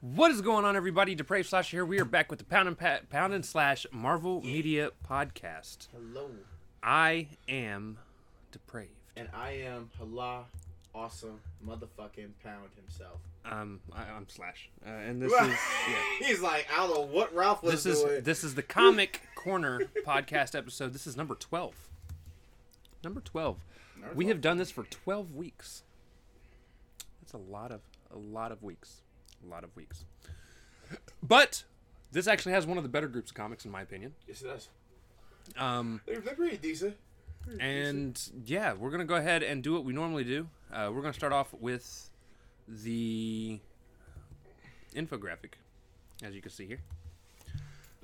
What is going on, everybody? Depraved Slash here. We are back with the Pound and, pa- Pound and Slash Marvel Media Podcast. Hello. I am depraved. And I am Hala Awesome Motherfucking Pound himself. Um, I, I'm Slash, uh, and this is yeah. He's like, I don't know what Ralph was This is doing. this is the Comic Corner podcast episode. This is number twelve. Number twelve. We have done this for twelve weeks. That's a lot of a lot of weeks, a lot of weeks. But this actually has one of the better groups of comics, in my opinion. yes, it does. Um. They're, they're pretty decent. Pretty decent. And yeah, we're gonna go ahead and do what we normally do. Uh, we're gonna start off with the infographic, as you can see here.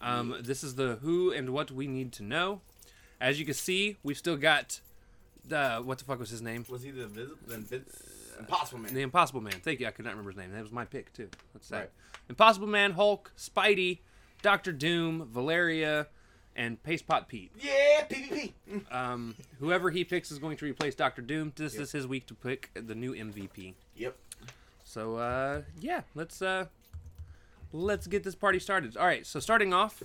Um, this is the who and what we need to know. As you can see, we've still got the what the fuck was his name? was he the invisible? The invis- Impossible Man. The Impossible Man. Thank you. I could not remember his name. That was my pick too. That's sad. Right. Impossible Man, Hulk, Spidey, Doctor Doom, Valeria, and Paste Pot Pete. yeah, PvP. Mm. Um, whoever he picks is going to replace Doctor Doom. This is his week to pick the new MVP. Yep. So uh, yeah, let's uh, let's get this party started. All right, so starting off,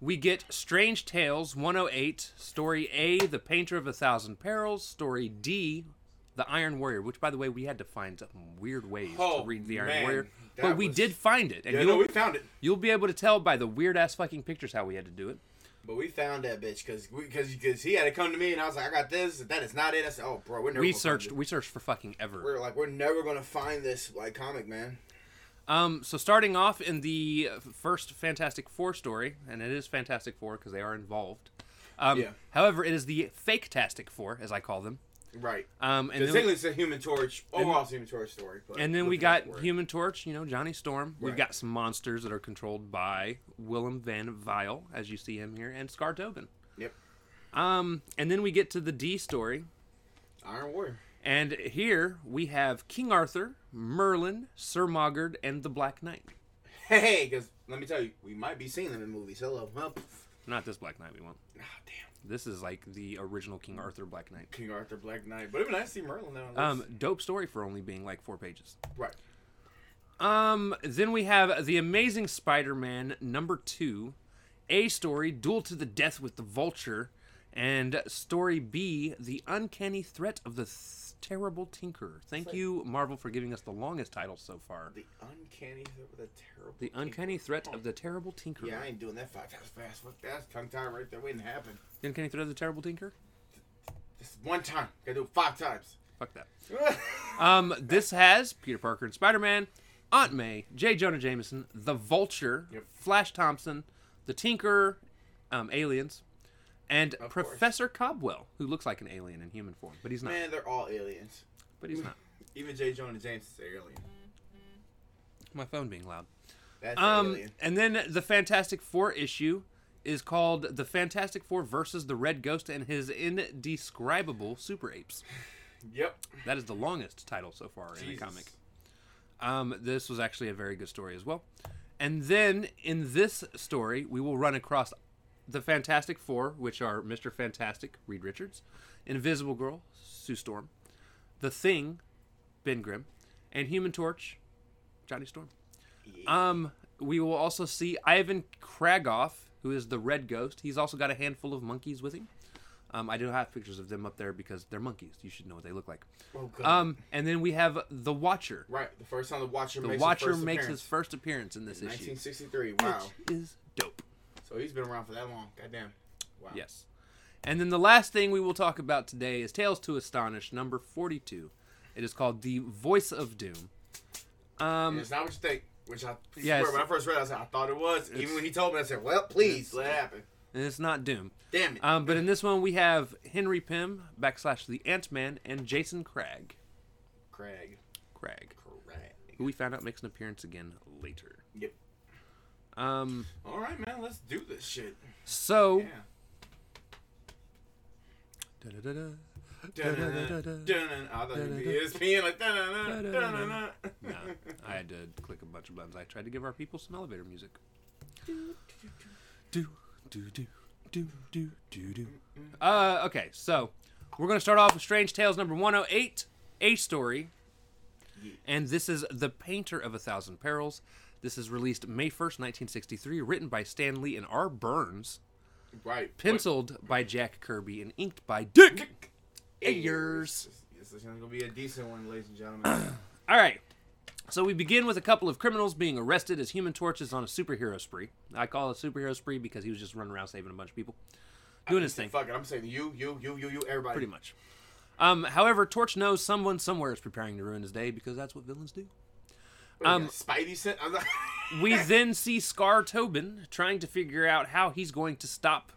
we get Strange Tales 108, Story A, The Painter of a Thousand Perils, Story D, The Iron Warrior. Which, by the way, we had to find some weird ways Oh, to read The Iron man, Warrior, that but we was- did find it, and Yeah, you'll no, we found it. you'll be able to tell by the weird ass fucking pictures how we had to do it. But we found that bitch because because because he had to come to me and I was like, I got this. That is not it. I said, Oh, bro, we're never. We gonna find searched, it. we searched for fucking ever. We're like, we're never gonna find this like comic man. Um, so starting off in the uh, first Fantastic Four story, and it is Fantastic Four because they are involved. Um, Yeah. However, it is the fake Tastic Four, as I call them. Right. Um, and, Because then, technically it's a Human Torch overall it's a Human Torch story. But and then we looking got for it. Human Torch, you know, Johnny Storm. We've Right. got some monsters that are controlled by Willem Van Vile, as you see him here, and Scar Tobin. Yep. Um, and then we get to the D story, Iron Warrior. and here we have King Arthur, Merlin, Sir Mogard, and the Black Knight. Hey, because let me tell you, we might be seeing them in movies. Hello, well, pff. Not this Black Knight we want. Ah, damn, This is like the original King Arthur Black Knight. King Arthur, Black Knight. But it'd be nice to see Merlin now. Um, dope story for only being like four pages. right. Um, then we have The Amazing Spider-Man number two, A story, Duel to the Death with the Vulture, and story B, The Uncanny Threat of the Th- Terrible Tinker. Thank you, Marvel, for giving us the longest title so far. The uncanny, the terrible. Oh, The Uncanny Threat of the Terrible Tinker. Yeah, I ain't doing that five times fast. Fuck that tongue tie right there. Wouldn't happen. The Uncanny Threat of the Terrible Tinker? Just one time. Gotta do it five times. Fuck that. Right. Um, this has Peter Parker and Spider Man, Aunt May, J. Jonah Jameson, The Vulture, Yep. Flash Thompson, The Tinkerer, um, aliens, and Of course. Professor Cobwell, who looks like an alien in human form, but he's not. Man, they're all aliens. But he's not. Even J. Jonah James is an alien. My phone being loud. That's an Um, alien. and then the Fantastic Four issue is called "The Fantastic Four versus the Red Ghost and His Indescribable Super Apes." Yep. That is the longest title so far in a Jesus. comic. Um, this was actually a very good story as well. And then in this story, we will run across the Fantastic Four, which are Mr. Fantastic, Reed Richards, Invisible Girl, Sue Storm, The Thing, Ben Grimm, and Human Torch, Johnny Storm. Um, we will also see Ivan Kragoff, who is the Red Ghost. He's also got a handful of monkeys with him. Um, I do have pictures of them up there because they're monkeys. You should know what they look like. Oh, God. Um, and then we have the Watcher. right. The first time the Watcher The makes Watcher his first makes appearance. his first appearance in this issue, 1963. which Wow. is dope. So he's been around for that long. Goddamn. Wow. Yes. And then the last thing we will talk about today is Tales to Astonish number 42. It is called The Voice of Doom. And Um, it's not what you think. Which I Yeah, it's- swear, when I first read, it, I said I thought it was. Even when he told me, I said, "Well, please let it happen." and it's not Doom. Damn it! Um, but in this one, we have Henry Pym, backslash the Ant Man, and Jason Cragg. Craig, Cragg, Craig. who we found out makes an appearance again later. Yep. Um, All right, man. Let's do this shit. so. Yeah. Da-da-da-da. Dun-dun-dun, dun-dun. I thought it'd be E ESPN like dun-dun-dun, dun-dun-dun. No, I had to click a bunch of buttons. I tried to give our people some elevator music. Do do do do do do do. Uh, okay, so we're gonna start off with Strange Tales number 108, a oh story, And this is The Painter of a Thousand Perils. This is released May 1st, 1963, written by Stan Lee and R. Burns, Right. penciled by Jack Kirby, and inked by Dick Ayers. This is gonna be a decent one, ladies and gentlemen. All right. So we begin with a couple of criminals being arrested as human torches on a superhero spree. I call it a superhero spree because he was just running around saving a bunch of people, doing his thing. Fuck it. I'm saying you, you, you, you, you, everybody. pretty much. Um, however, Torch knows someone somewhere is preparing to ruin his day because that's what villains do. What, um, you got Spidey sent. I'm like, We then see Scar Tobin trying to figure out how he's going to stop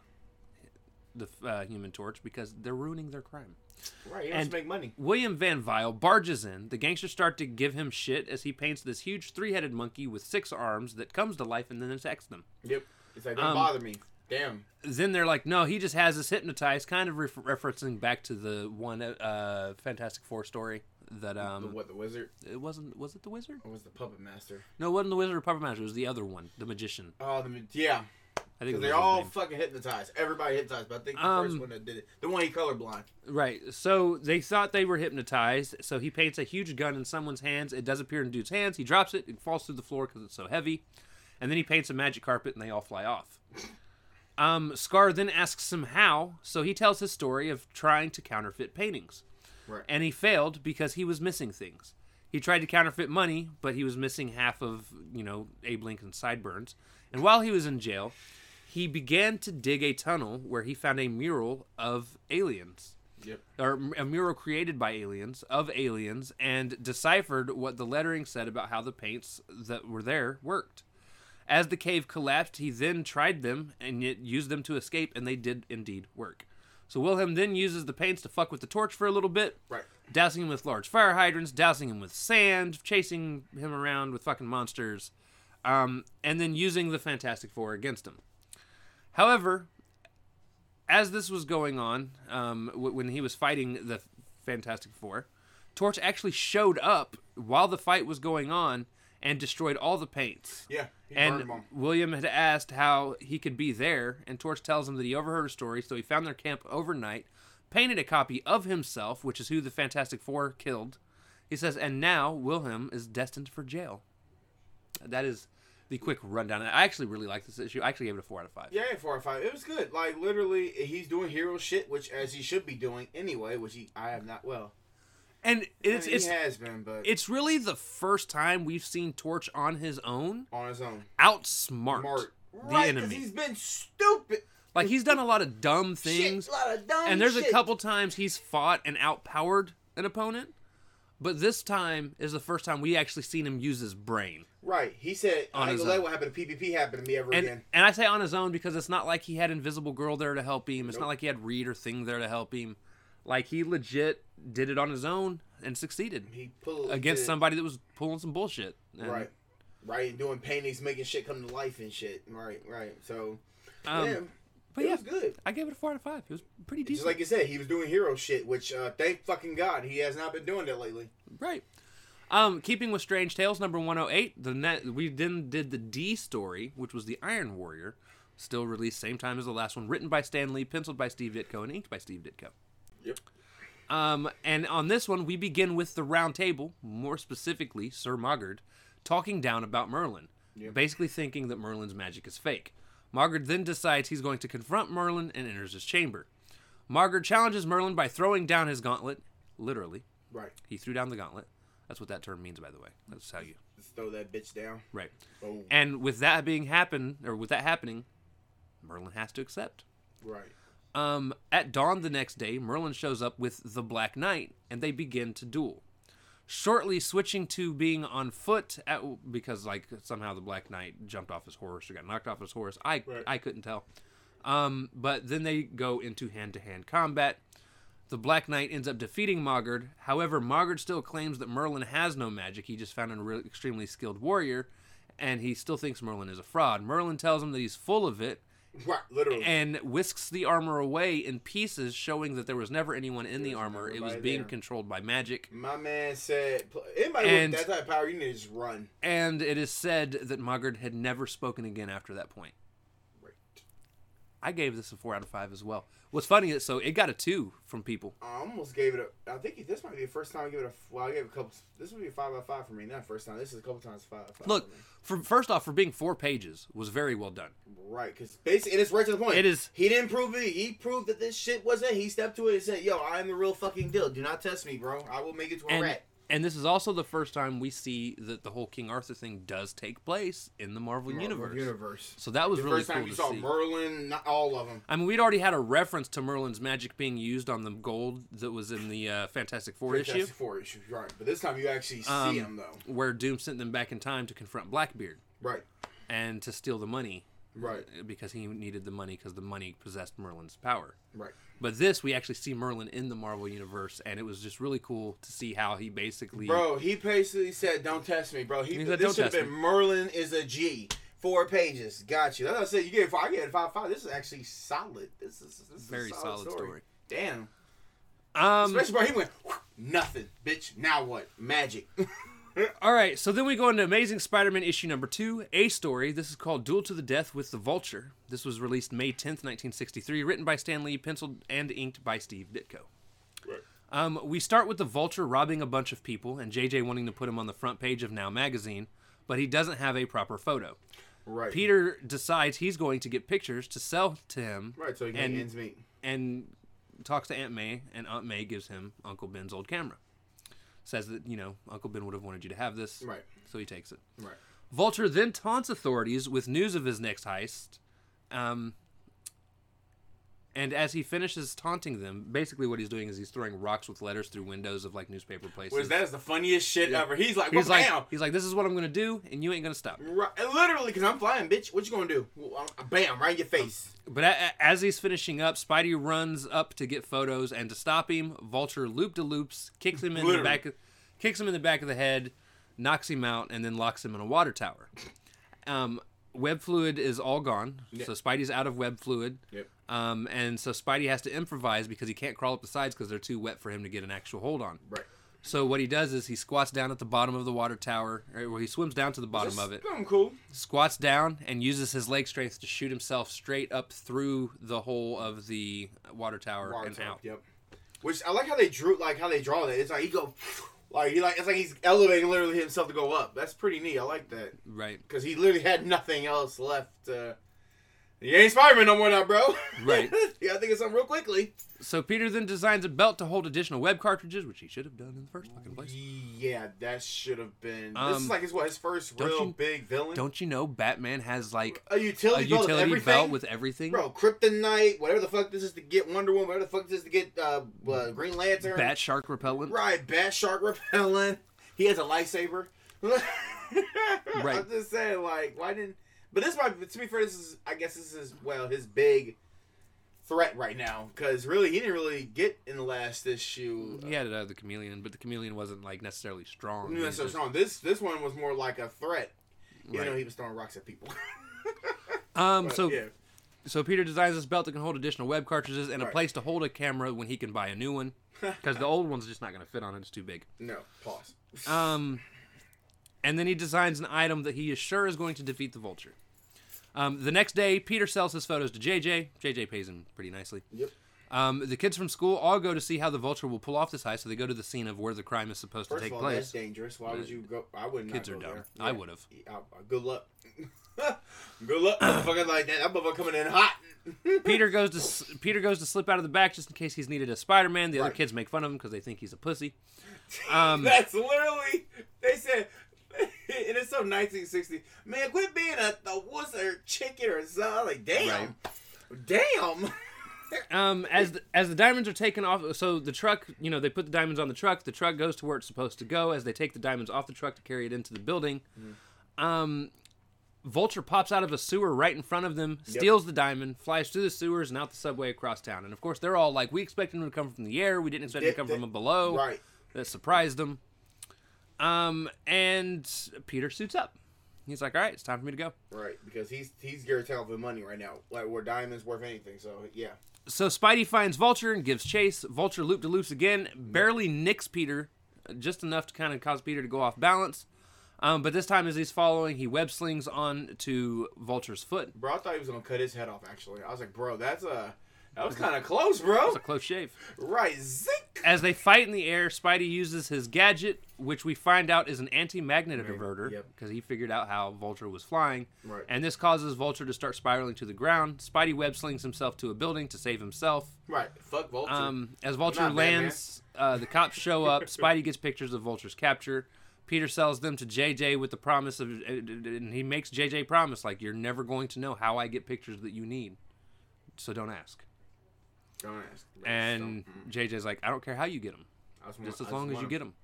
the uh, Human Torch because they're ruining their crime. right. He wants and- to make money. William Van Vile barges in. The gangsters start to give him shit as he paints this huge three-headed monkey with six arms that comes to life and then attacks them. Yep. It's like don't um, bother me. Damn. Then they're like, "No, he just has us hypnotized," kind of ref referencing back to the one uh, Fantastic Four story that The, um, what the wizard? it wasn't was it the Wizard? Or was the puppet master? No, it wasn't the Wizard of Puppet Master. It was the other one, the Magician. Oh, the I yeah. think it Because was they're his all name. fucking hypnotized. Everybody hypnotized. But I think the Um, first one that did it, the one he colorblind. right. So they thought they were hypnotized. So he paints a huge gun in someone's hands. It does appear in dude's hands. He drops it. It falls through the floor because it's so heavy. And then he paints a magic carpet, and they all fly off. Um, Scar then asks him how. So he tells his story of trying to counterfeit paintings. Right. and he failed because he was missing things. He tried to counterfeit money, but he was missing half of, you know, Abe Lincoln's sideburns. And while he was in jail, he began to dig a tunnel where he found a mural of aliens, Yep. or a mural created by aliens, of aliens, and deciphered what the lettering said about how the paints that were there worked. As the cave collapsed, he then tried them and yet used them to escape, and they did indeed work. So Wilhelm then uses the paints to fuck with the torch for a little bit, Right. dousing him with large fire hydrants, dousing him with sand, chasing him around with fucking monsters, um, and then using the Fantastic Four against him. However, as this was going on, um, w- when he was fighting the Fantastic Four, Torch actually showed up while the fight was going on and destroyed all the paints. Yeah. He burned And them all. William had asked how he could be there, and Torch tells him that he overheard a story, so he found their camp overnight, painted a copy of himself, which is who the Fantastic Four killed. He says, and now Wilhelm is destined for jail. That is the quick rundown. I actually really like this issue. I actually gave it a 4 out of 5. Yeah, four or five. It was good. Like literally, he's doing hero shit, which as he should be doing anyway. Which he, I have not. Well, And it's, I mean, it's, he has been, but it's really the first time we've seen Torch on his own on his own. outsmart Mark, the right? Because enemy. he's been stupid. Like, he's done a lot of dumb things. Shit, a lot of dumb and there's shit. a couple times he's fought and outpowered an opponent, but this time is the first time we actually seen him use his brain. Right. He said, On "I ain't his gonna let own. what happened to PPP happen to me ever And again." and I say on his own because it's not like he had Invisible Girl there to help him. It's not Nope. like he had Reed or Thing there to help him. Like he legit did it on his own and succeeded He pulled against the- somebody that was pulling some bullshit. And, Right. Right, and doing paintings, making shit come to life and shit. Right, right. So, Um, yeah, But it yeah, was good. I gave it a four out of five. It was pretty Just decent. like you said, he was doing hero shit, which uh, thank fucking God he has not been doing that lately. Right. Um, keeping with Strange Tales, number 108, the net, we then did the D story, which was the Iron Warrior, still released same time as the last one, written by Stan Lee, penciled by Steve Ditko, and inked by Steve Ditko. Yep. Um, and on this one, we begin with the Round Table, more specifically Sir Mogard, talking down about Merlin, basically thinking that Merlin's magic is fake. Mogard then decides he's going to confront Merlin and enters his chamber. Mogard challenges Merlin by throwing down his gauntlet, literally, Right. he threw down the gauntlet. That's what that term means, by the way. That's how you Let's throw that bitch down. right. Boom. And with that being happen, or with that happening, Merlin has to accept. Right. Um, at dawn the next day, Merlin shows up with the Black Knight, and they begin to duel. Shortly switching to being on foot, at, because like somehow the Black Knight jumped off his horse or got knocked off his horse. I Right. I couldn't tell. Um, but then they go into hand to hand combat. The Black Knight ends up defeating Mogard. However, Mogard still claims that Merlin has no magic. He just found an re- extremely skilled warrior, and he still thinks Merlin is a fraud. Merlin tells him that he's full of it Right. Literally. and whisks the armor away in pieces, showing that there was never anyone in the armor. It was nobody being there. controlled by magic. My man said, "Pl- anybody And- with that type of power, you need to just run. And it is said that Mogard had never spoken again after that point. Right. I gave this a four out of five as well. What's funny is so it got a two from people. I almost gave it a. I think this might be the first time I give it a. Well, I gave it a couple. This would be a five out of five for me. Not first time. This is a couple times five. out of five Look, for me. for first off, for being four pages was very well done. right? Because basically, and it's right to the point. It is- He didn't prove it. He proved that this shit was it. He stepped to it and said, "Yo, I am the real fucking deal. Do not test me, bro. I will make it to a And rat." and this is also the first time we see that the whole King Arthur thing does take place in the Marvel, universe. Universe. So that was the really first cool time you to saw see. Merlin, not all of them. I mean, we'd already had a reference to Merlin's magic being used on the gold that was in the uh, Fantastic Four issue, Fantastic Four issue, right? But this time you actually Um, see him though. where Doom sent them back in time to confront Blackbeard Right. and to steal the money uh, Right. because he needed the money because the money possessed Merlin's power. Right. But this, we actually see Merlin in the Marvel universe, and it was just really cool to see how he basically. Bro, he basically said, "Don't test me, bro." He, He said, this should "Don't have test been Merlin is a G. Four pages, got you. That's what I said. You get five. I get five five. This is actually solid. This is this is Very a solid solid, story. story. Damn. Um, Especially bro, he went "Whew, nothing, bitch. Now what? Magic. all right, so then we go into Amazing Spider-Man issue number two, a story. This is called "Duel to the Death with the Vulture." This was released May 10th, 1963, written by Stan Lee, penciled and inked by Steve Ditko. Right. Um, we start with the Vulture robbing a bunch of people, and JJ wanting to put him on the front page of Now magazine, but he doesn't have a proper photo. right. Peter decides he's going to get pictures to sell to him. Right. So he and- and, ends meet. and talks to Aunt May, and Aunt May gives him Uncle Ben's old camera. Says that, you know, Uncle Ben would have wanted you to have this. Right. So he takes it. Right. Vulture then taunts authorities with news of his next heist. Um, and as he finishes taunting them, basically what he's doing is he's throwing rocks with letters through windows of like newspaper places. Whereas that is the funniest shit ever. He's like, he's "Well, like, bam." he's like, this is what I'm gonna do, and you ain't gonna stop. Right. and Literally, because I'm flying, bitch. What you gonna do? Well, I'm- Bam! Right in your face. But a- a- as he's finishing up, Spidey runs up to get photos, and to stop him, Vulture loop de loops, kicks him in the Literally. back, of, kicks him in the back of the head, knocks him out, and then locks him in a water tower. Um, web fluid is all gone, so Spidey's out of web fluid. Yep. Um, and so Spidey has to improvise because he can't crawl up the sides because they're too wet for him to get an actual hold on. Right. So what he does is he squats down at the bottom of the water tower, or well, he swims down to the bottom of it I'm cool. squats down and uses his leg strength to shoot himself straight up through the hole of the water tower Water and tank, out. Yep. Which I like how they drew, like how they draw that. It's like he go, like he like it's like he's elevating literally himself to go up. That's pretty neat. I like that Right. because he literally had nothing else left. Uh, you ain't Spider Man no more now, bro. Right. you gotta think of something real quickly. So Peter then designs a belt to hold additional web cartridges, which he should have done in the first fucking place. Yeah, that should have been. this Um, is like his what his first don't real you- big villain. Don't you know Batman has like a a utility, belt, with utility everything? belt with everything? bro, kryptonite, whatever the fuck this is to get Wonder Woman, whatever the fuck this is to get uh, uh Green Lantern, Bat shark repellent. Right, bat shark repellent. He has a lightsaber. Right. I'm just saying, like, why didn't? But this might, to be fair, this is, I guess, this is well his big threat right now because really he didn't really get in the last issue. He had it out of the chameleon, but the chameleon wasn't like necessarily strong. No, He that's so just- strong. This this one was more like a threat. You Right. know, he was throwing rocks at people. Um, But, so yeah, so Peter designs this belt that can hold additional web cartridges and a Right. place to hold a camera when he can buy a new one, because the old one's just not going to fit on it; it's too big. no pause. Um, and then he designs an item that he is sure is going to defeat the vulture. Um, the next day, Peter sells his photos to JJ. JJ pays him pretty nicely. Yep. Um, the kids from school all go to see how the vulture will pull off this heist, so they go to the scene of where the crime is supposed First to take of all, that's place. dangerous. Why would you go? I would not. Kids are go dumb. there. I Yeah. would have. Yeah, uh, good luck. good luck, motherfucker. Like that, that motherfucker coming in hot. Peter goes to s- Peter goes to slip out of the back just in case he's needed as Spider-Man. The other Right. kids make fun of him because they think he's a pussy. Um, That's literally they said. and it's so 1960. Man, quit being a, a wuss or chicken or something. Like damn, damn. um, as the, as the diamonds are taken off, so the truck, you know, they put the diamonds on the truck. The truck goes to where it's supposed to go. As they take the diamonds off the truck to carry it into the building, Mm-hmm. um, Vulture pops out of a sewer right in front of them, steals the diamond, flies through the sewers and out the subway across town. And of course, they're all like, "We expected him to come from the air. We didn't expect him to They- come they- from below." Right. That surprised them. Um, and Peter suits up. He's like, "All right, it's time for me to go." Right, because he's he's guaranteed with money right now, like where diamonds worth anything. So yeah, So Spidey finds Vulture and gives chase. Vulture loop to loops again, barely nicks Peter, just enough to kind of cause Peter to go off balance. Um, but this time, as he's following, he web slings on to Vulture's foot. Bro, I thought he was gonna cut his head off. Actually, I was like, bro, that's a that was kind of close, bro. It's a close shave. Right, zinc. As they fight in the air, Spidey uses his gadget, which we find out is an anti-magnet diverter, yep. because he figured out how Vulture was flying. Right. And this causes Vulture to start spiraling to the ground. Spidey web slings himself to a building to save himself. Right, fuck Vulture. Um, as Vulture Not Batman. lands, uh, the cops show up. Spidey gets pictures of Vulture's capture. Peter sells them to JJ with the promise of, uh, and he makes JJ promise like, "You're never going to know how I get pictures that you need, so don't ask." Don't ask. Like, And so- JJ's like, "I don't care how you get them, I just, just as long as you get them."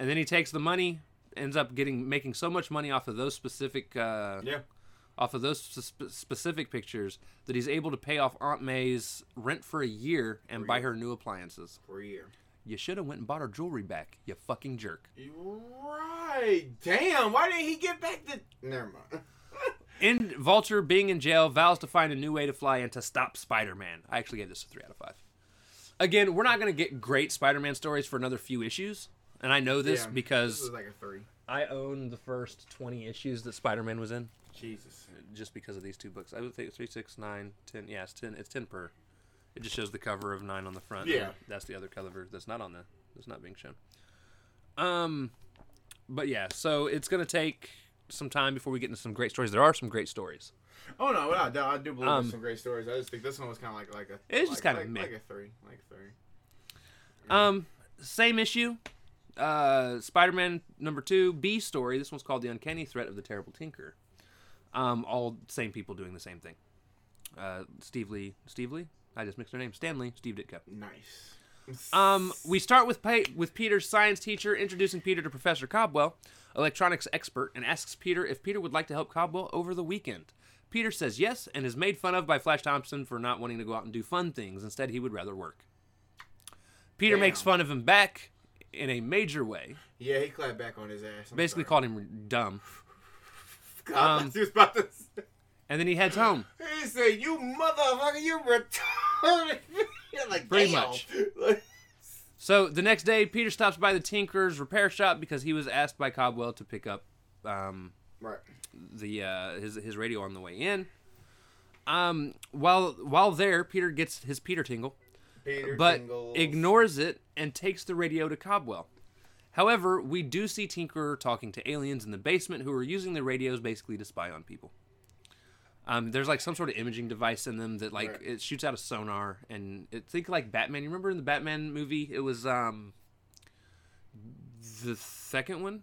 And then he takes the money, ends up getting making so much money off of those specific uh, Yeah. off of those sp- specific pictures that he's able to pay off Aunt May's rent for a year and buy her new appliances. For a year. You should have went and bought her jewelry back, you fucking jerk. Right. Damn. Why didn't he get back to? Never mind. In Vulture being in jail, vows to find a new way to fly and to stop Spider-Man. I actually gave this a three out of five. Again, we're not gonna get great Spider-Man stories for another few issues, and I know this Yeah, This because was like a three. I own the first twenty issues that Spider-Man was in, Jesus. just because of these two books. I would think it's three, six, nine, ten. Yeah, it's ten. It's ten per. It just shows the cover of nine on the front. Yeah. and that's the other cover that's not on the that's not being shown. Um, but yeah, so it's gonna take some time before we get into some great stories. There are some great stories. Oh no, without a doubt, I do believe Um, there's some great stories. I just think this one was kind of like like a. It was like, just kinda like, meh. like a three, like a three. Um, same issue. Uh, Spider-Man number two B story. This one's called "The Uncanny Threat of the Terrible Tinker." Um, all same people doing the same thing. Uh, Steve Lee. Steve Lee. I just mixed their names. Stanley. Steve Ditko. Nice. Um, we start with pa- with Peter's science teacher introducing Peter to Professor Cobwell, electronics expert, and asks Peter if Peter would like to help Cobwell over the weekend. Peter says yes and is made fun of by Flash Thompson for not wanting to go out and do fun things. Instead, he would rather work. Peter Damn. makes fun of him back in a major way. Yeah, he clapped back on his ass. I'm Basically, sorry. called him dumb, God, um, he was about to. Say, and then he heads home. he said, "You motherfucker, you retarded." You're like, Pretty damn. much. Like, So the next day, Peter stops by the Tinker's repair shop because he was asked by Cobwell to pick up um, right. the uh, his his radio on the way in. Um, while while there, Peter gets his Peter tingle, Peter but Tingles. ignores it and takes the radio to Cobwell. However, we do see Tinkerer talking to aliens in the basement who are using the radios basically to spy on people. Um, there's like some sort of imaging device in them that like Right. it shoots out a sonar and it think like Batman. You remember in the Batman movie, it was um the second one.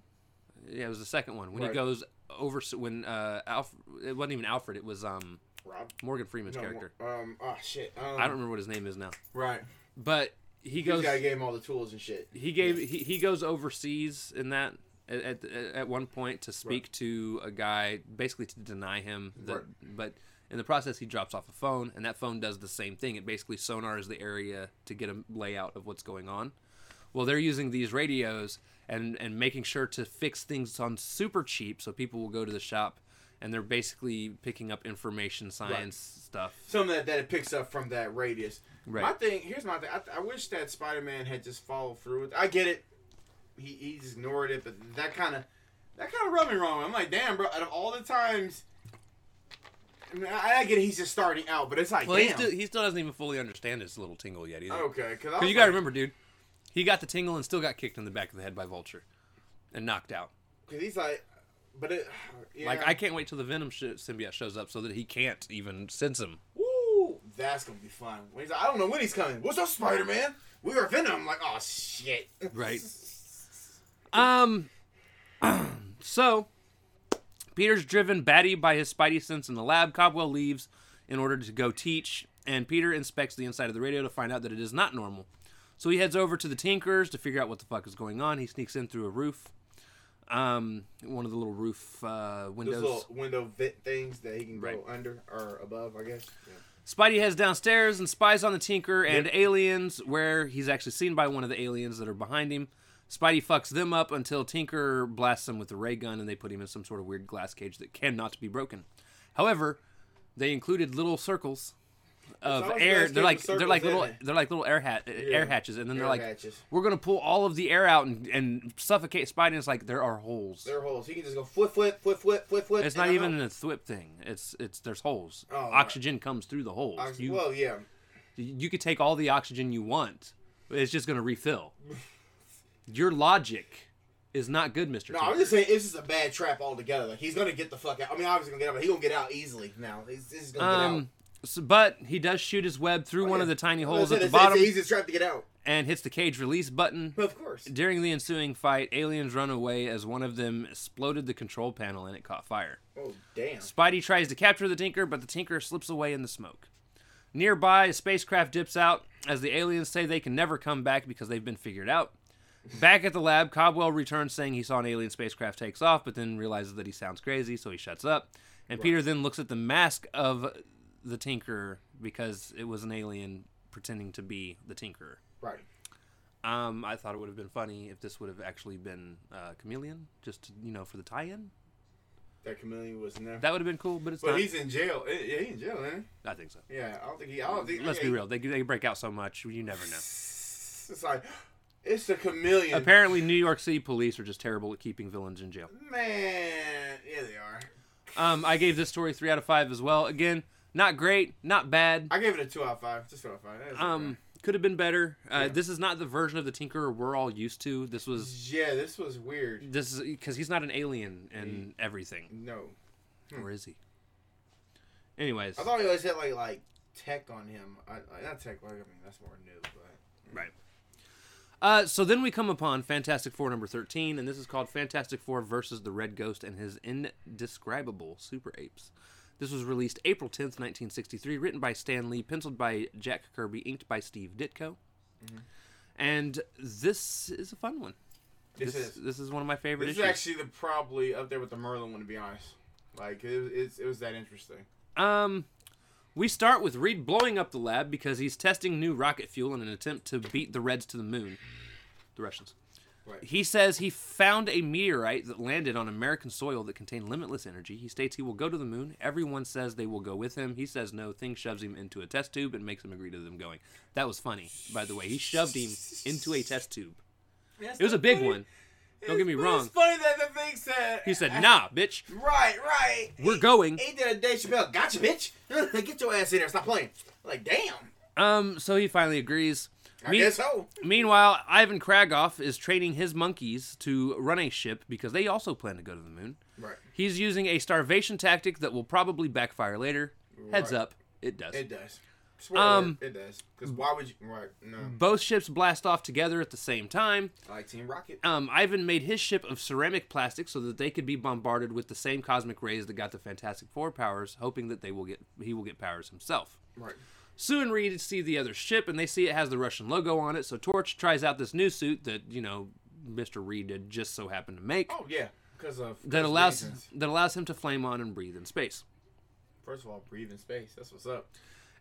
Yeah, it was the second one when he Right. goes over when uh Alfred. It wasn't even Alfred. It was um Rob. Morgan Freeman's No, character. Um. Oh shit. Um, I don't remember what his name is now, Right. but he He's goes. got to give him all the tools and shit. he gave he, he goes overseas in that at, at, at one point to speak to a guy basically to deny him that but in the process he drops off a phone and that phone does the same thing it basically sonars the area to get a layout of what's going on well they're using these radios and and making sure to fix things on super cheap so people will go to the shop and they're basically picking up information science stuff something that, that it picks up from that radius. Right. My thing here's my thing. I, I wish that Spider Man had just followed through with. I get it. He he's ignored it, but that kind of that kind of rubbed me wrong. I'm like, damn, bro. Out of all the times, I, mean, I, I get it, he's just starting out, but it's like, well he damn. still, he still doesn't even fully understand his little tingle yet either okay, because Because you gotta remember, dude, he got the tingle and still got kicked in the back of the head by Vulture, and knocked out. Because he's like, but it. Yeah. Like I can't wait till the Venom sh- symbiote shows up so that he can't even sense him. Woo! That's gonna be fun. When he's like, I don't know when he's coming. What's up, Spider Man? We were Venom. I'm like, oh shit. Right. Um. so, Peter's driven batty by his spidey sense in the lab. Cobwell leaves in order to go teach, and Peter inspects the inside of the radio to find out that it is not normal. So he heads over to the Tinkerers to figure out what the fuck is going on. He sneaks in through a roof, um, one of the little roof uh, Those windows. little window vent things that he can go Right. under or above, I guess. Yeah. Spidey heads downstairs and spies on the Tinker and aliens, where he's actually seen by one of the aliens that are behind him. Spidey fucks them up until Tinker blasts him with a ray gun and they put him in some sort of weird glass cage that cannot be broken. However, they included little circles of always air. nice They're getting like the they're circles like in little it. they're like little air hat air hatches, and then they're Air like hatches. we're gonna pull all of the air out and, and suffocate Spidey. And it's like there are holes. There are holes. He can just go flip, flip, flip, flip, flip, flip. it's and not I'm even out. a thwip thing. It's it's there's holes. Oh, all right. oxygen comes through the holes. I- you well, yeah. you could take all the oxygen you want. but It's just gonna refill. Your logic is not good, Mister. No, I'm just saying this is a bad trap altogether. Like, he's gonna get the fuck out. I mean, obviously gonna get out, but he gonna get out easily now. He's, he's gonna get out. Oh, Um, so- but he does shoot his web through one of the tiny I was holes at gonna the say, bottom It's the easiest trap to get out. and hits the cage release button. Of course. During the ensuing fight, aliens run away as one of them exploded the control panel and it caught fire. Oh damn. Spidey tries to capture the Tinker, but the Tinker slips away in the smoke. Nearby, a spacecraft dips out as the aliens say they can never come back because they've been figured out. Back at the lab, Cobwell returns saying he saw an alien spacecraft takes off, but then realizes that he sounds crazy, so he shuts up. And Peter then looks at the mask of the Tinker because it was an alien pretending to be the Tinker. Right. Um, I thought it would have been funny if this would have actually been uh, Chameleon, just to, you know, for the tie-in. That chameleon was in there. That would have been cool, but it's but not. he's in jail. Eh, Yeah, he's in jail, man. I think so. Yeah, I don't think he. I don't think. Let's Oh, yeah, be real; they, they break out so much, you never know. It's like it's the chameleon. Apparently, New York City police are just terrible at keeping villains in jail. Man, yeah, they are. Um, I gave this story three out of five as well. Again, not great, not bad. I gave it a two out of five. Just two out of five. That's Um, could have been better. Uh, This is not the version of the Tinkerer we're all used to. This okay. was yeah, this was weird. this is because he's not an alien Mm. and everything, No, Hmm. or is he? Anyways, I thought he always had like like tech on him. I, I- not tech. Like, I mean, that's more new, but Right. Uh, so then we come upon Fantastic Four number 13, and this is called Fantastic Four versus the Red Ghost and his indescribable super apes. This was released April 10th, 1963, written by Stan Lee, penciled by Jack Kirby, inked by Steve Ditko. Mm-hmm. And this is a fun one. this, this, is this is one of my favorite this is issues. actually the probably up there with the Merlin one to be honest. Like it, it's, it was that interesting. Um, we start with Reed blowing up the lab because he's testing new rocket fuel in an attempt to beat the Reds to the moon. The Russians. Right. He says he found a meteorite that landed on American soil that contained limitless energy. He states he will go to the moon. Everyone says they will go with him. He says no. Thing shoves him into a test tube and makes him agree to them going. That was funny, by the way. He shoved him into a test tube. It was a big one. Don't get me wrong. It's funny that the thing said. He said, nah, bitch, Right, right. we're going. He did a Dave Chappelle. Gotcha, bitch. Get your ass in there. Stop playing. Like, damn. Um, so he finally agrees. I Me- guess so. Meanwhile, Ivan Kragoff is training his monkeys to run a ship because they also plan to go to the moon. Right. He's using a starvation tactic that will probably backfire later. Heads Right. up, it does. It does. Swear Um, um, it does. Because why would you? Right. No. Both ships blast off together at the same time. I like Team Rocket. Um, Ivan made his ship of ceramic plastic so that they could be bombarded with the same cosmic rays that got the Fantastic Four powers, hoping that they will get he will get powers himself. Right. Sue and Reed see the other ship, and they see it has the Russian logo on it. So Torch tries out this new suit that you know Mister Reed had just so happened to make. Oh yeah. Because of that 'cause allows reasons. that allows him to flame on and breathe in space. First of all, breathe in space. That's what's up.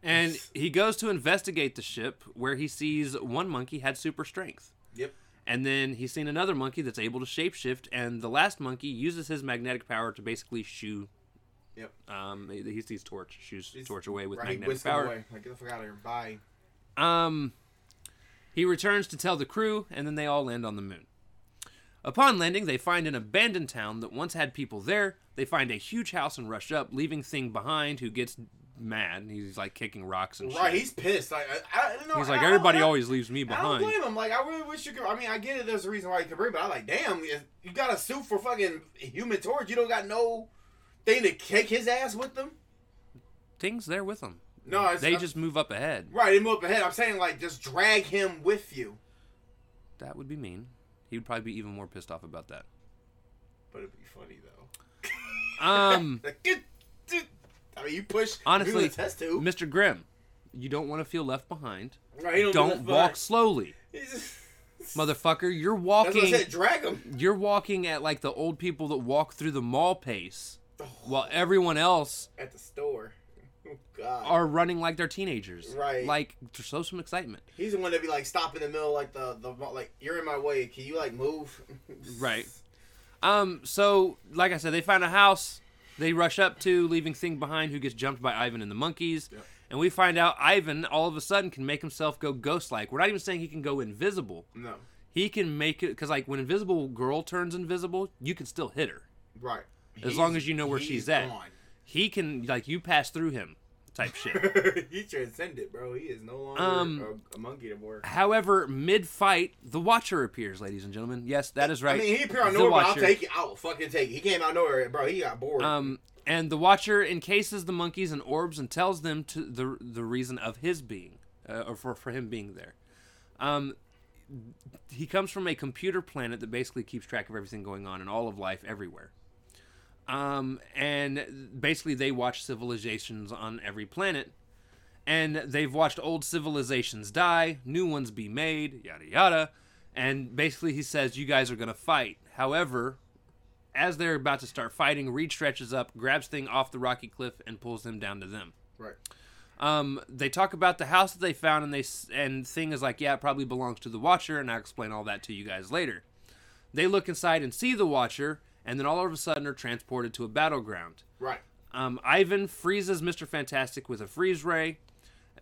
And he goes to investigate the ship where he sees one monkey had super strength. Yep. And then he's seen another monkey that's able to shapeshift, and the last monkey uses his magnetic power to basically shoo. Yep. Um, he he sees Torch, shoos He's- Torch away with right. he magnetic whisked him power. Away. Like, get the fuck out of here. Bye. Um, he returns to tell the crew, and then they all land on the moon. Upon landing, they find an abandoned town that once had people there. They find a huge house and rush up, leaving Thing behind, who gets mad. He's like kicking rocks and Right. shit. He's pissed. Like, I, I don't know. He's I- like, I don't- everybody I- always leaves me I don't behind. blame him. Like, I really wish you could. I mean, I get it. There's a reason why you could bring, but I like, damn, you got a suit for fucking human torch. You don't got no thing to kick his ass with them. Thing's there with them. No, it's, They I- just move up ahead. right. They move up ahead. I'm saying like, just drag him with you. That would be mean. He would probably be even more pissed off about that. But it'd be funny though. Um, Like, get, dude. I mean, you push. Honestly, you test tube. Mr. Grimm, you don't want to feel left behind. Right, he do Don't that walk far. slowly, He's just- motherfucker. You're That's what I walking. said. Drag him. you're walking at like the old people that walk through the mall pace while everyone else At the store. Oh, God. are running like they're teenagers Right. like to show some excitement He's the one that be like stop in the middle, like the the like you're in my way. Can you like move? right um so like i said they find a house they rush up to leaving thing behind who gets jumped by ivan and the monkeys Yep. and we find out Ivan all of a sudden can make himself go ghost like. We're not even saying he can go invisible. No. He can make it because like when Invisible Girl turns invisible, you can still hit her Right. as long as you know where he's she's at. gone. He can like you pass through him type shit. he transcended, bro. He is no longer Um, a, a monkey anymore. However, mid fight, the Watcher appears, ladies and gentlemen. Yes, that is right. I mean, he appeared out of The nowhere, but I'll Watcher. take it. I will fucking take it. He came out of nowhere, bro. He got bored. Um, and the Watcher encases the monkeys in orbs and tells them to the the reason of his being, uh, or for for him being there. Um, he comes from a computer planet that basically keeps track of everything going on in all of life everywhere. Um, and basically, they watch civilizations on every planet, and they've watched old civilizations die, new ones be made, yada yada. And basically, he says, "You guys are gonna fight." However, as they're about to start fighting, Reed stretches up, grabs Thing off the rocky cliff, and pulls them down to them. right. Um, they talk about the house that they found, and they s- and Thing is like, "Yeah, it probably belongs to the Watcher," and I'll explain all that to you guys later. They look inside and see the Watcher, and then all of a sudden are transported to a battleground. Right. Um, Ivan freezes Mr. Fantastic with a freeze ray.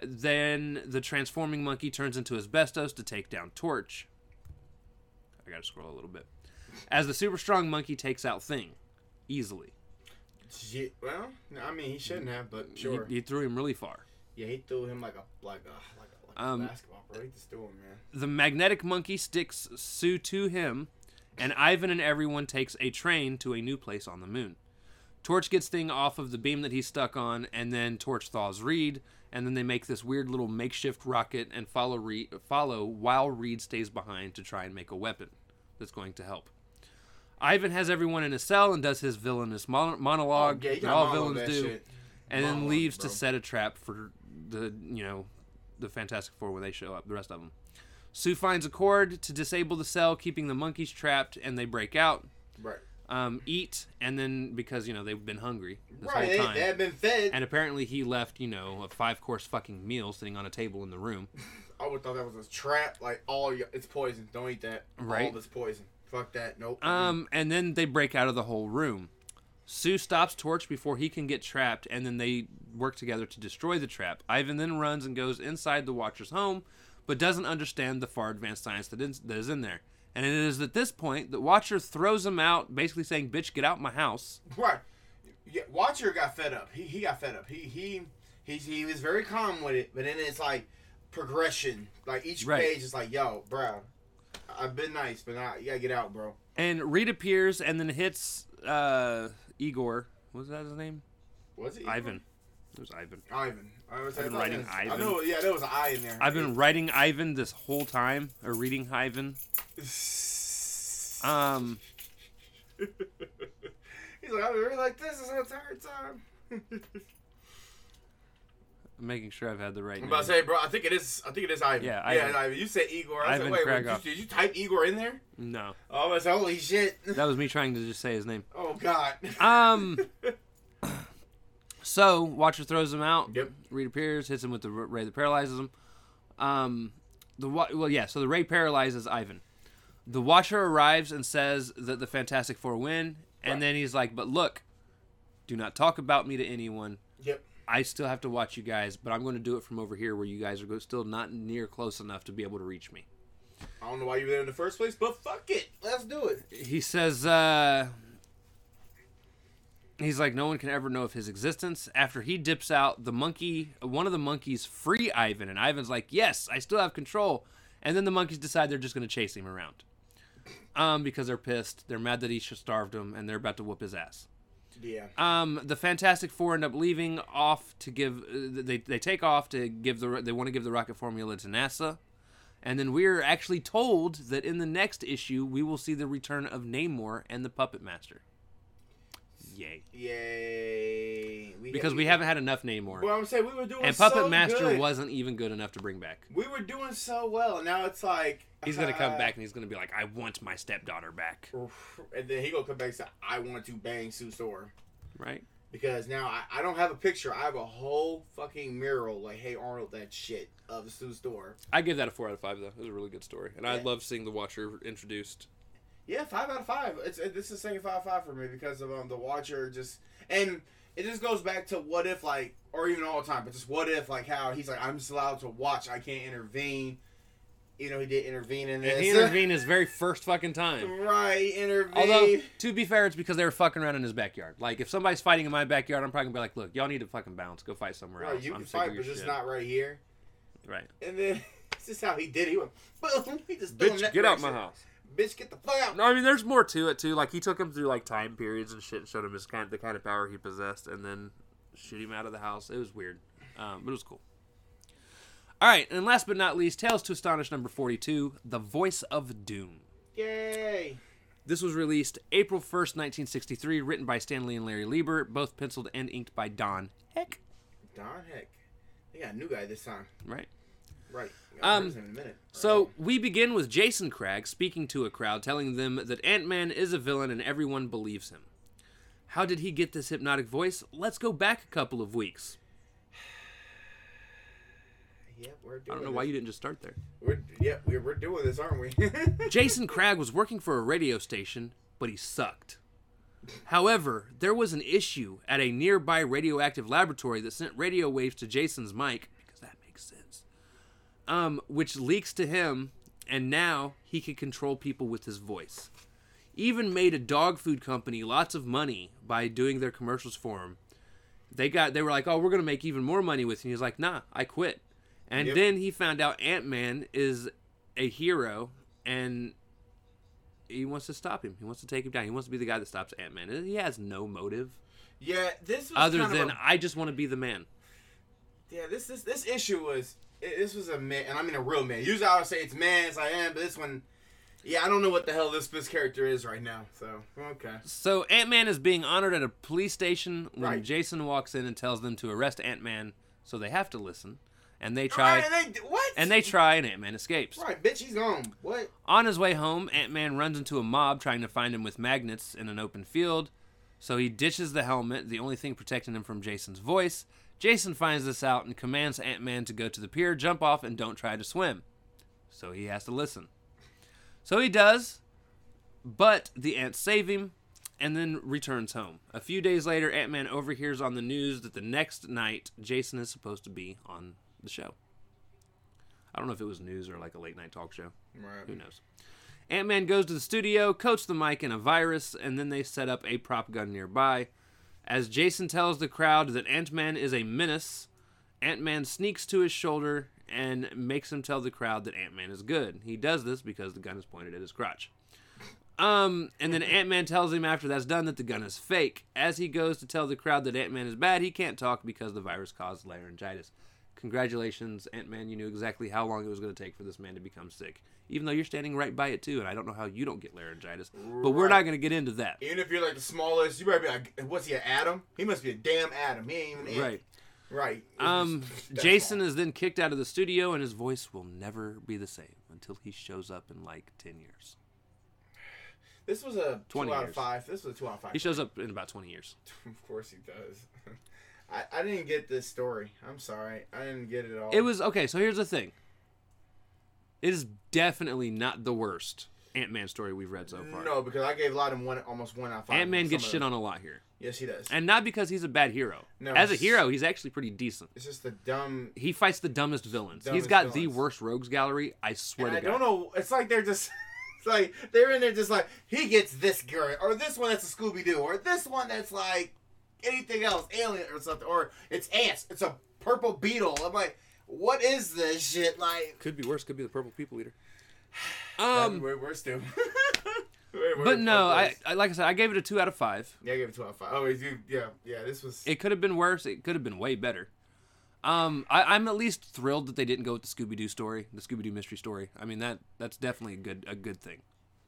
Then the transforming monkey turns into asbestos to take down Torch. I gotta scroll a little bit. As the super strong monkey takes out Thing easily. Shit. Well, I mean, he shouldn't have, but He- sure. He, threw him really far. yeah, he threw him like a like a like a, like a Um, basketball, bro. He just threw him, man. The magnetic monkey sticks Sue to him, and Ivan and everyone takes a train to a new place on the moon. Torch gets Thing off of the beam that he's stuck on, and then Torch thaws Reed, and then they make this weird little makeshift rocket and follow Reed, follow while Reed stays behind to try and make a weapon that's going to help. Ivan has everyone in a cell and does his villainous mon- monologue Oh, yeah, he that got all monologue villains that do, shit. and then Monologue, leaves bro. to set a trap for the you know the Fantastic Four when they show up. The rest of them. Sue finds a cord to disable the cell, keeping the monkeys trapped, and they break out Right. um, eat, and then because you know they've been hungry this Right. They, whole time, they had been fed. and apparently he left you know a five course fucking meal sitting on a table in the room. I would thought that was a trap. Like, all y it's poison. Don't eat that. Right. All of it's poison. Fuck that. Nope. Um, and then they break out of the whole room. Sue stops Torch before he can get trapped, and then they work together to destroy the trap. Ivan then runs and goes inside the Watcher's home, but doesn't understand the far advanced science that is, that is in there. And it is at this point that Watcher throws him out, basically saying, "Bitch, get out my house." Right. Yeah, Watcher got fed up. He he got fed up. He he he he was very calm with it, but then it's like progression. Like each Right. page is like, yo, bro, I've been nice, but now you gotta get out, bro. And Reed appears and then hits uh, Igor. What was that his name? Was it Ivan. It was Ivan. Ivan. I was I've been I thought writing it was- I Ivan. know. Yeah, there was an I in there. I've been writing Ivan this whole time, or reading Ivan. He's Um, like, I've been really like this this entire time. I'm I'm making sure I've had the right about to name. say, bro. I think it is. I think it is Ivan. Yeah, yeah. Ivan. Ivan. You said Igor. I was Ivan like, wait, wait Kragoff. did, you, did you type Igor in there? No, Oh, I was like, holy shit. that was me trying to just say his name. Oh God. Um, so Watcher throws him out. Yep. Reed appears, hits him with the r- ray that paralyzes him. Um, the wa- well, yeah. So the ray paralyzes Ivan. The Watcher arrives and says that the Fantastic Four win, and Right. then he's like, "But look, do not talk about me to anyone. Yep. I still have to watch you guys, but I'm going to do it from over here where you guys are go- still not near close enough to be able to reach me." I don't know why you were there in the first place, but fuck it. Let's do it. he says uh he's like no one can ever know of his existence after he dips out the monkey one of the monkeys free ivan and ivan's like yes i still have control and then the monkeys decide they're just going to chase him around um because they're pissed they're mad that he should starved him and they're about to whoop his ass Yeah. um, the Fantastic Four end up leaving off to give. uh, They they take off to give the. They want to give the rocket formula to NASA, and then we are actually told that in the next issue we will see the return of Namor and the Puppet Master. Yay! Yay. We Because we haven't had enough Namor, Well, I'm saying we were doing and Puppet so Master good. wasn't even good enough to bring back. We were doing so well, and now it's like He's gonna come uh, back and he's gonna be like, "I want my stepdaughter back," and then he gonna come back and say, "I want to bang Sue Storm." right? Because now I, I don't have a picture. I have a whole fucking mural, like, hey, Arnold, that shit of Sue Storm. I give that a four out of five though. It was a really good story, and I Yeah. love seeing the Watcher introduced. Yeah, five out of five. It's it, this is second five out of five for me because of um the Watcher just and it just goes back to what if like or even all the time, but just what if like how he's like I'm just allowed to watch, I can't intervene. You know he did intervene in this. And he intervened his very first fucking time. right, intervene. Although, to be fair, it's because they were fucking around in his backyard. Like, if somebody's fighting in my backyard, I'm probably gonna be like, "Look, y'all need to fucking bounce. Go fight somewhere Right, else. you I'm can sick fight, of your but just shit." not right here. right." And then this is how he did. it. He went, boom. He just threw him Bitch, that get out my direction. house. Bitch, get the fuck out. No, I mean, there's more to it too. Like he took him through like time periods and shit, and showed him his kind, the kind of power he possessed, and then shoot him out of the house. It was weird, um, but it was cool. All right, and last but not least, Tales to Astonish number forty-two, The Voice of Doom. Yay. This was released April first, nineteen sixty-three. Written by Stanley and Larry Lieber, both penciled and inked by Don Heck. Don Heck. They got a new guy this time. Right. Right. I'll Um, raise him in a minute. So we begin with Jason Cragg speaking to a crowd, telling them that Ant Man is a villain and everyone believes him. How did he get this hypnotic voice? Let's go back a couple of weeks. Yep, we're I doing don't know why this. you didn't just start there. We're, yep, we're, we're doing this, aren't we? Jason Cragg was working for a radio station, but he sucked. However, there was an issue at a nearby radioactive laboratory that sent radio waves to Jason's mic, because that makes sense, um, which leaks to him, and now he can control people with his voice. Even made a dog food company lots of money by doing their commercials for him. They got they were like, Oh, we're gonna make even more money with you. And he's like, nah, I quit. And Yep. then he found out Ant Man is a hero and he wants to stop him. He wants to take him down. He wants to be the guy that stops Ant Man. He has no motive yeah, this was other kind of than a- I just want to be the man. yeah, this this this issue was i- this was a man, and I mean a real man. Usually I would say it's man, it's I am, but this one, yeah, I don't know what the hell this this character is right now. So okay, So Ant Man is being honored at a police station when Right. Jason walks in and tells them to arrest Ant Man. So they have to listen, and they All try. right, and they, what? and they try, and Ant Man escapes. right, bitch, he's gone. What? On his way home, Ant Man runs into a mob trying to find him with magnets in an open field. So he ditches the helmet, the only thing protecting him from Jason's voice. Jason finds this out and commands Ant Man to go to the pier, jump off, and don't try to swim. So he has to listen. So he does, but the ants save him and then returns home. A few days later, Ant Man overhears on the news that the next night, Jason is supposed to be on the show. I don't know if it was news or like a late night talk show. Who Right. knows? Ant Man goes to the studio, coats the mic in a virus, and then they set up a prop gun nearby. As Jason tells the crowd that Ant Man is a menace, Ant Man sneaks to his shoulder and makes him tell the crowd that Ant Man is good. He does this because the gun is pointed at his crotch. Um, and then Ant Man tells him after that's done that the gun is fake. As he goes to tell the crowd that Ant Man is bad, he can't talk because the virus caused laryngitis. Congratulations, Ant Man. You knew exactly how long it was going to take for this man to become sick. Even though you're standing right by it, too, and I don't know how you don't get laryngitis, but we're not Right. going to get into that. Even if you're like the smallest, you better be like, what's he, an atom? He must be a damn atom. He ain't even an Right. ant. Right. Um, That's Jason all. is then kicked out of the studio, and his voice will never be the same until he shows up in like 10 years. This was a 20 two out years. of five. This was a two out of five. He shows up in about 20 years. of course he does. I, I didn't get this story. I'm sorry. I didn't get it at all. It was okay. So here's the thing. It is definitely not the worst Ant Man story we've read so far. no because I gave a lot of one almost one out of five. Ant Man Some gets of shit on them. a lot here, Yes, he does. and not because he's a bad hero. No, As a it's- hero, he's actually pretty decent. It's just the dumb. He fights the dumbest villains. he's Dumbest got the villains. worst rogues gallery. I swear And to I God. don't know. It's like they're just. It's like they're in there just like he gets this girl or this one that's a Scooby Doo or this one that's like anything else alien or something or it's ants. It's a purple beetle. I'm like, what is this shit? Like, Could be worse. Could be the Purple People Eater. Um, Um, we're, we're still. but no, I, I like I said, I gave it a two out of five. Yeah, I gave it two out of five. Oh, you, yeah, yeah. This was. It could have been worse. It could have been way better. Um, I, I'm at least thrilled that they didn't go with the Scooby Doo story, the Scooby Doo mystery story. I mean that that's definitely a good a good thing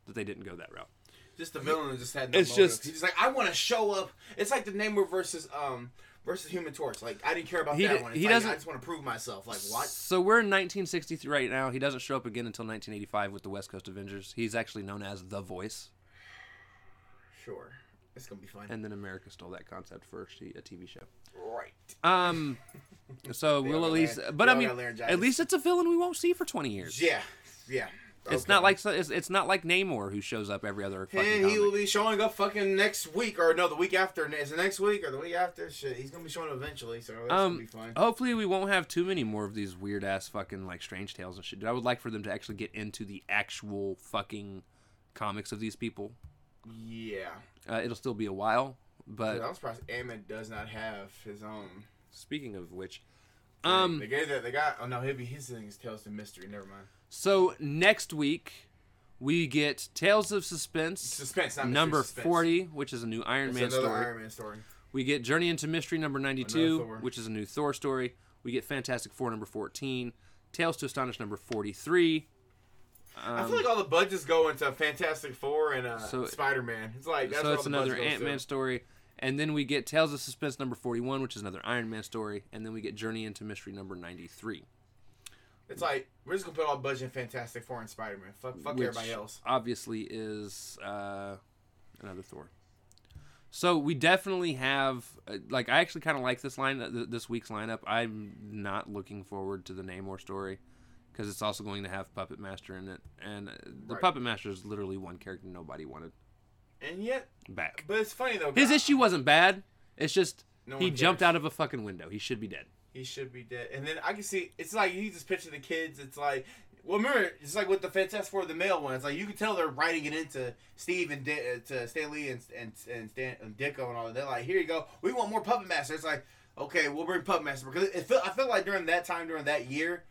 that they didn't go that route. Just the villain just had no It's it's motive. just- Just, He's just like, I want to show up. It's like the Namor versus um versus Human Torch. Like I didn't care about He that d- one. he he doesn't. doesn't- I just want to prove myself. Like what? So we're in 1963 right now. He doesn't show up again until 1985 with the West Coast Avengers. He's actually known as the Voice, Sure, it's gonna be fun. and then America stole that concept for a t- a TV show. right. Um, so all we'll at got least, lar- but they I all mean, got laryngitis. at least it's a villain we won't see for 20 years. Yeah, yeah. It's Okay. not like so- it's, it's not like Namor who shows up every other fucking And he comic. will be showing up fucking next week, or no, the week after. Is it next week or the week after? Shit, he's gonna be showing up eventually, so that's Um, gonna be fun. Hopefully, we won't have too many more of these weird ass fucking like strange tales and shit. Dude, I would like for them to actually get into the actual fucking comics of these people. Yeah, Uh, it'll still be a while, but Dude, I'm surprised Ahmed does not have his own. speaking of which, um, the guy that the guy. Oh no, he'll be his thing is Tales of Mystery. Never mind. so next week we get Tales of Suspense, Suspense, not number mystery, suspense. forty, which is a new Iron It's Man another story. Iron Man story. We get Journey into Mystery number 92, Thor. which is a new Thor story. We get Fantastic Four number 14, Tales to Astonish number 43. I feel like all the budgets go into Fantastic Four and uh, Um, So- Spider Man. It's like that's so where it's all the budget another goes Ant Man to. story. And then we get Tales of Suspense number 41, which is another Iron Man story. And then we get Journey into Mystery number 93. It's like we're just gonna put all budget in Fantastic Four and Spider Man. Fuck, fuck which everybody else. Obviously, is uh, another Thor. So we definitely have, uh, like, I actually kind of like this line, uh, th- this week's lineup. I'm not looking forward to the Namor story because it's also going to have Puppet Master in it, and uh, the Right. Puppet Master is literally one character nobody wanted And yet, back. but it's funny though. His God, issue wasn't bad. It's just No he one jumped cares. out of a fucking window. He should be dead. He should be dead. And then I can see it's like you just picture the kids. It's like well, remember it's like with the Fantastic Four, the male one. It's like you can tell they're writing it into Steve and Di- uh, to Stan Lee and and and, Stan, and Dicko and all that. They're like, here you go. We want more Puppet Master. It's like okay, we'll bring Puppet Master because it felt, I felt like during that time during that year.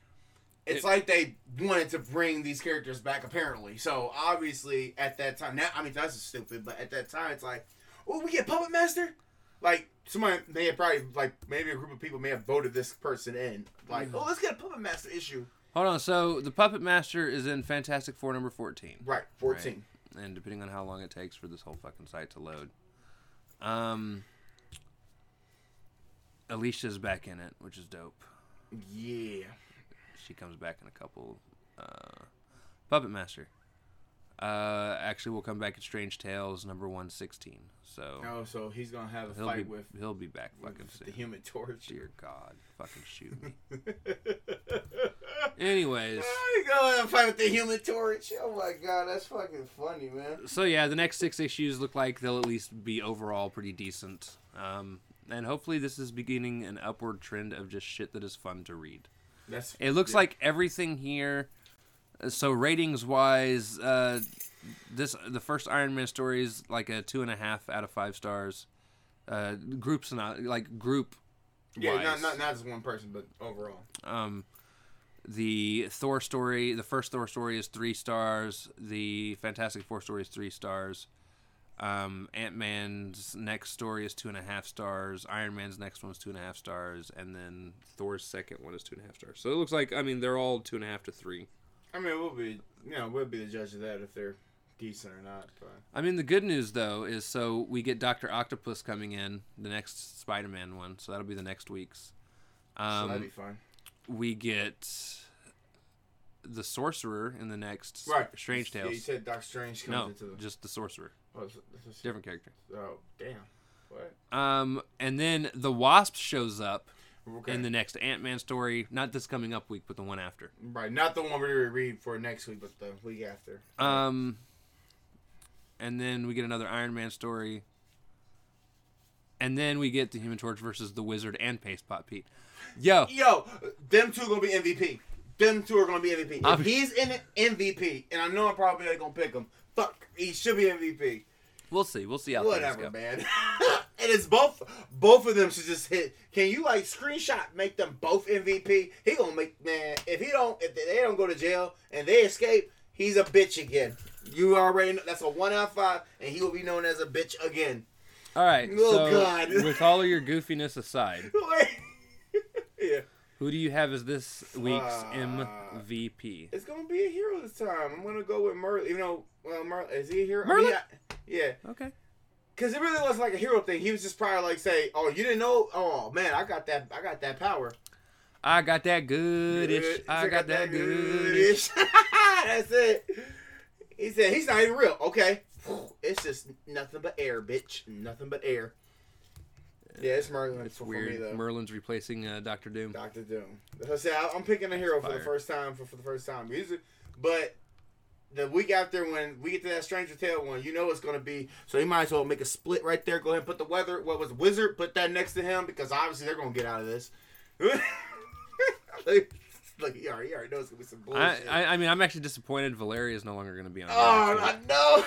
It's It- like they wanted to bring these characters back, apparently. So obviously, at that time, now I mean that's just stupid, but at that time, it's like, oh, we get Puppet Master like somebody may have probably like maybe a group of people may have voted this person in. Like, oh, let's get a puppet master issue. Hold on. So the Puppet Master is in Fantastic Four number 14. Right, fourteen. and depending on how long it takes for this whole fucking site to load. Um, Alicia's back in it, which is dope. Yeah, She comes back in a couple. Uh, Puppet Master. Uh, actually, we'll come back at Strange Tales number one sixteen. So oh, so he's gonna have a he'll be fight with, he'll be back fucking with the soon. human torch. Dear God, fucking shoot me. he's Anyways, gonna have a fight with the human torch. Oh my god, that's fucking funny, man. so yeah, the next six issues look like they'll at least be overall pretty decent. Um, and hopefully, this is beginning an upward trend of just shit that is fun to read. That's It looks yeah. like everything here. uh, So ratings wise, uh, this the first Iron Man story is like a two and a half out of five stars. Uh, groups not like group. yeah, wise. not, not not just one person, but overall. Um, the Thor story, the first Thor story is three stars. The Fantastic Four story is three stars. Um, Ant Man's next story is two and a half stars. Iron Man's next one is two and a half stars, and then Thor's second one is two and a half stars. So it looks like I mean they're all two and a half to three. I mean, we'll be you know we'll be the judge of that if they're decent or not. But I mean, the good news though is so we get Doctor Octopus coming in the next Spider-Man one, so that'll be the next week's. so that'd be Um, fun. we get the Sorcerer in the next Right, Strange Yeah, you Tales. said Doctor Strange comes No, into the. just the Sorcerer, Oh, it's- it's just- different character. Oh, damn. What? Um, and then the Wasp shows up Okay. in the next Ant-Man story, not this coming up week, but the one after. right, not the one we're gonna read for next week, but the week after. Um, and then we get another Iron Man story. And then we get the Human Torch versus the Wizard and Paste Pot Pete. Yo, Yo, them two gonna be MVP. Them two are gonna be MVP. If Obvi- he's in it, MVP, and I know I'm probably not gonna pick him. Fuck, he should be MVP. we'll see. We'll see how things Whatever, go. man. and it's both. Both of them should just hit. Can you like screenshot make them both MVP? He gonna make man. If he don't, if they don't go to jail and they escape, he's a bitch again. You already know that's a one out of five, and he will be known as a bitch again. All right. Oh, so God. with all of your goofiness aside, yeah. who do you have as this week's Fuck. MVP? It's gonna be a hero this time. I'm gonna go with Merlin. You know, well, Merlin is he a hero? I mean, Merlin? I- yeah, Okay. because it really wasn't like a hero thing. He was just probably like say, "Oh, you didn't know? Oh man, I got that. I got that power. I got that goodish. He's like, I got that goodish. goodish." That's it. He said he's not even real. Okay, it's just nothing but air, bitch. Nothing but air. Yeah, it's Merlin. It's for, For weird. me, though. Merlin's replacing uh, Doctor Doom. Doctor Doom. As I said, I- I'm picking a hero for the Fire. first time for, for the first time. Usually, but the week after when we get to that Stranger Tale one, you know it's gonna be. So he might as well make a split right there. Go ahead and put the weather. What was Wizard? Put that next to him because obviously they're gonna get out of this. like, like he already, he already knows it's gonna be some I, bullshit. I, I mean, I'm actually disappointed Valeria is no longer going to be on. oh here, I actually. know.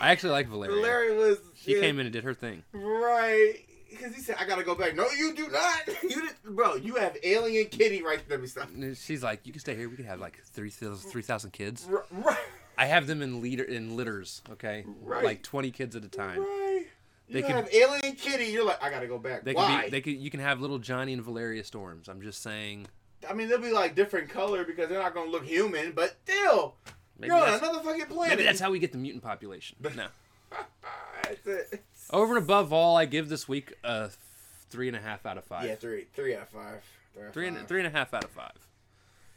I actually like Valeria. Larry was. She yeah, came in and did her thing. right because he said, "I gotta go back." No, you do not. You did, bro. You have alien kitty right there. Be stuff. She's like, you can stay here. We can have like 3,000 3,000 kids. R- Right. I have them in leader in litters. Okay, Right. like 20 kids at a time. Right. They you could- have alien kitty. You're like, I gotta go back. They Why? can be, they could, you can have little Johnny and Valeria Storms. I'm just saying. I mean, they'll be like different color because they're not gonna look human, but still, Maybe you're on that's- another fucking planet. Ah, Maybe that's how we get the mutant population. No. That's it. Over and above all, I give this week a three and a half out of five. Yeah, three, three out of five. Three, out of Three and five. three and a half out of five.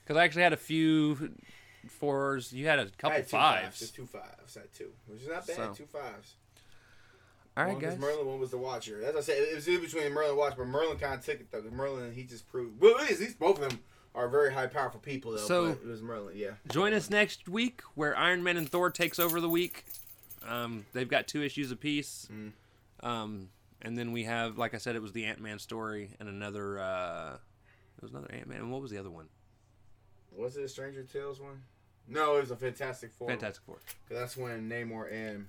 Because I actually had a few fours. You had a I couple had two fives. Just two fives. I had two, which is not bad. So. Two fives. All right, one was guys. Merlin, one was the Watcher. As I said, it was in between Merlin and Watcher, but Merlin kind of took it though. 'cause Merlin, he just proved. Well, at least both of them are very high, powerful people though. So- but it was Merlin, yeah. Join us next week where Iron Man and Thor takes over the week. Um, they've got two issues apiece. Mm. Um, and then we have, like I said, it was the Ant Man story and another. Uh, it was another Ant Man. And what was the other one? Was it a Stranger Tales one? No, it was a Fantastic Four. Fantastic Four. 'Cause That's when Namor and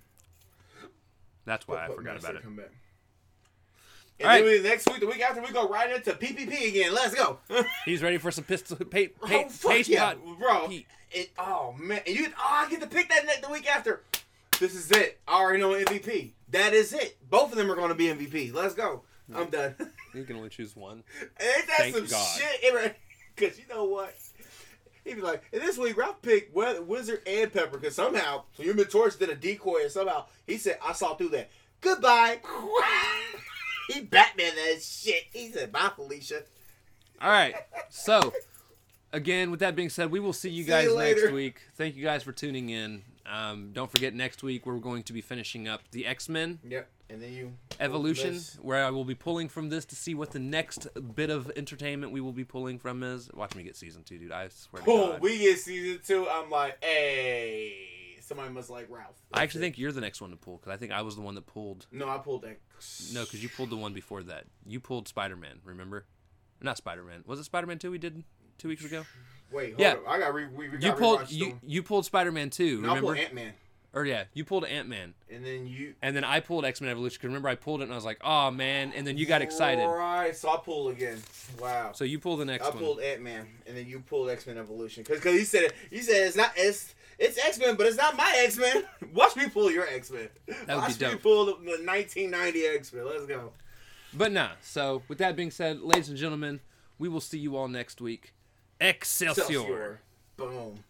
That's why I Puppet forgot Master about it. Come back. All And right. then we, next week, the week after, we go right into PPP again. Let's go. He's ready for some pistol. Pa- pa- oh, fuck paste yeah, pot- bro. Pete. It, oh, man. And you, oh, I get to pick that net the week after. This is it. I already know MVP. That is it. Both of them are going to be MVP. Let's go. I'm done. You can only choose one. Ain't that Thank some God. shit? Because you know what? He'd be like, and this week Ralph picked Wi- Wizard and Pepper because somehow Human Torch did a decoy and somehow he said, I saw through that. Goodbye. he Batman that shit. He said, bye, Felicia. All right. So, again, with that being said, we will see you See guys you next later. week. Thank you guys for tuning in. Um, don't forget, next week we're going to be finishing up the X Men Yep. And then you. Evolution, Let's- where I will be pulling from this to see what the next bit of entertainment we will be pulling from is. Watch me get season two, dude. I swear to Boom. Oh God. We get season two. I'm like, hey, somebody must like Ralph. I actually think you're the next one to pull because I think I was the one that pulled. No, I pulled that. No, because you pulled the one before that. You pulled Spider Man, remember? Not Spider Man. Was it Spider Man 2 we did two weeks ago? Wait, hold Yeah. up. I got re. We, we You got pulled rewatched you, them. you pulled Spider Man 2, No, I remember? pulled Ant Man. or yeah, you pulled Ant Man. And then you. And then I pulled X Men Evolution because remember I pulled it and I was like, oh man. And then you got excited. Right, so I pull again. Wow. So you pull the next I one. pulled Ant Man, and then you pulled X Men Evolution because he said it. You said it's not it's it's X Men, but it's not my X Men. Watch me pull your X Men. be Watch me dope. pull the, the 1990 X Men. Let's go. But nah. So with that being said, ladies and gentlemen, we will see you all next week. Excelsior. Boom.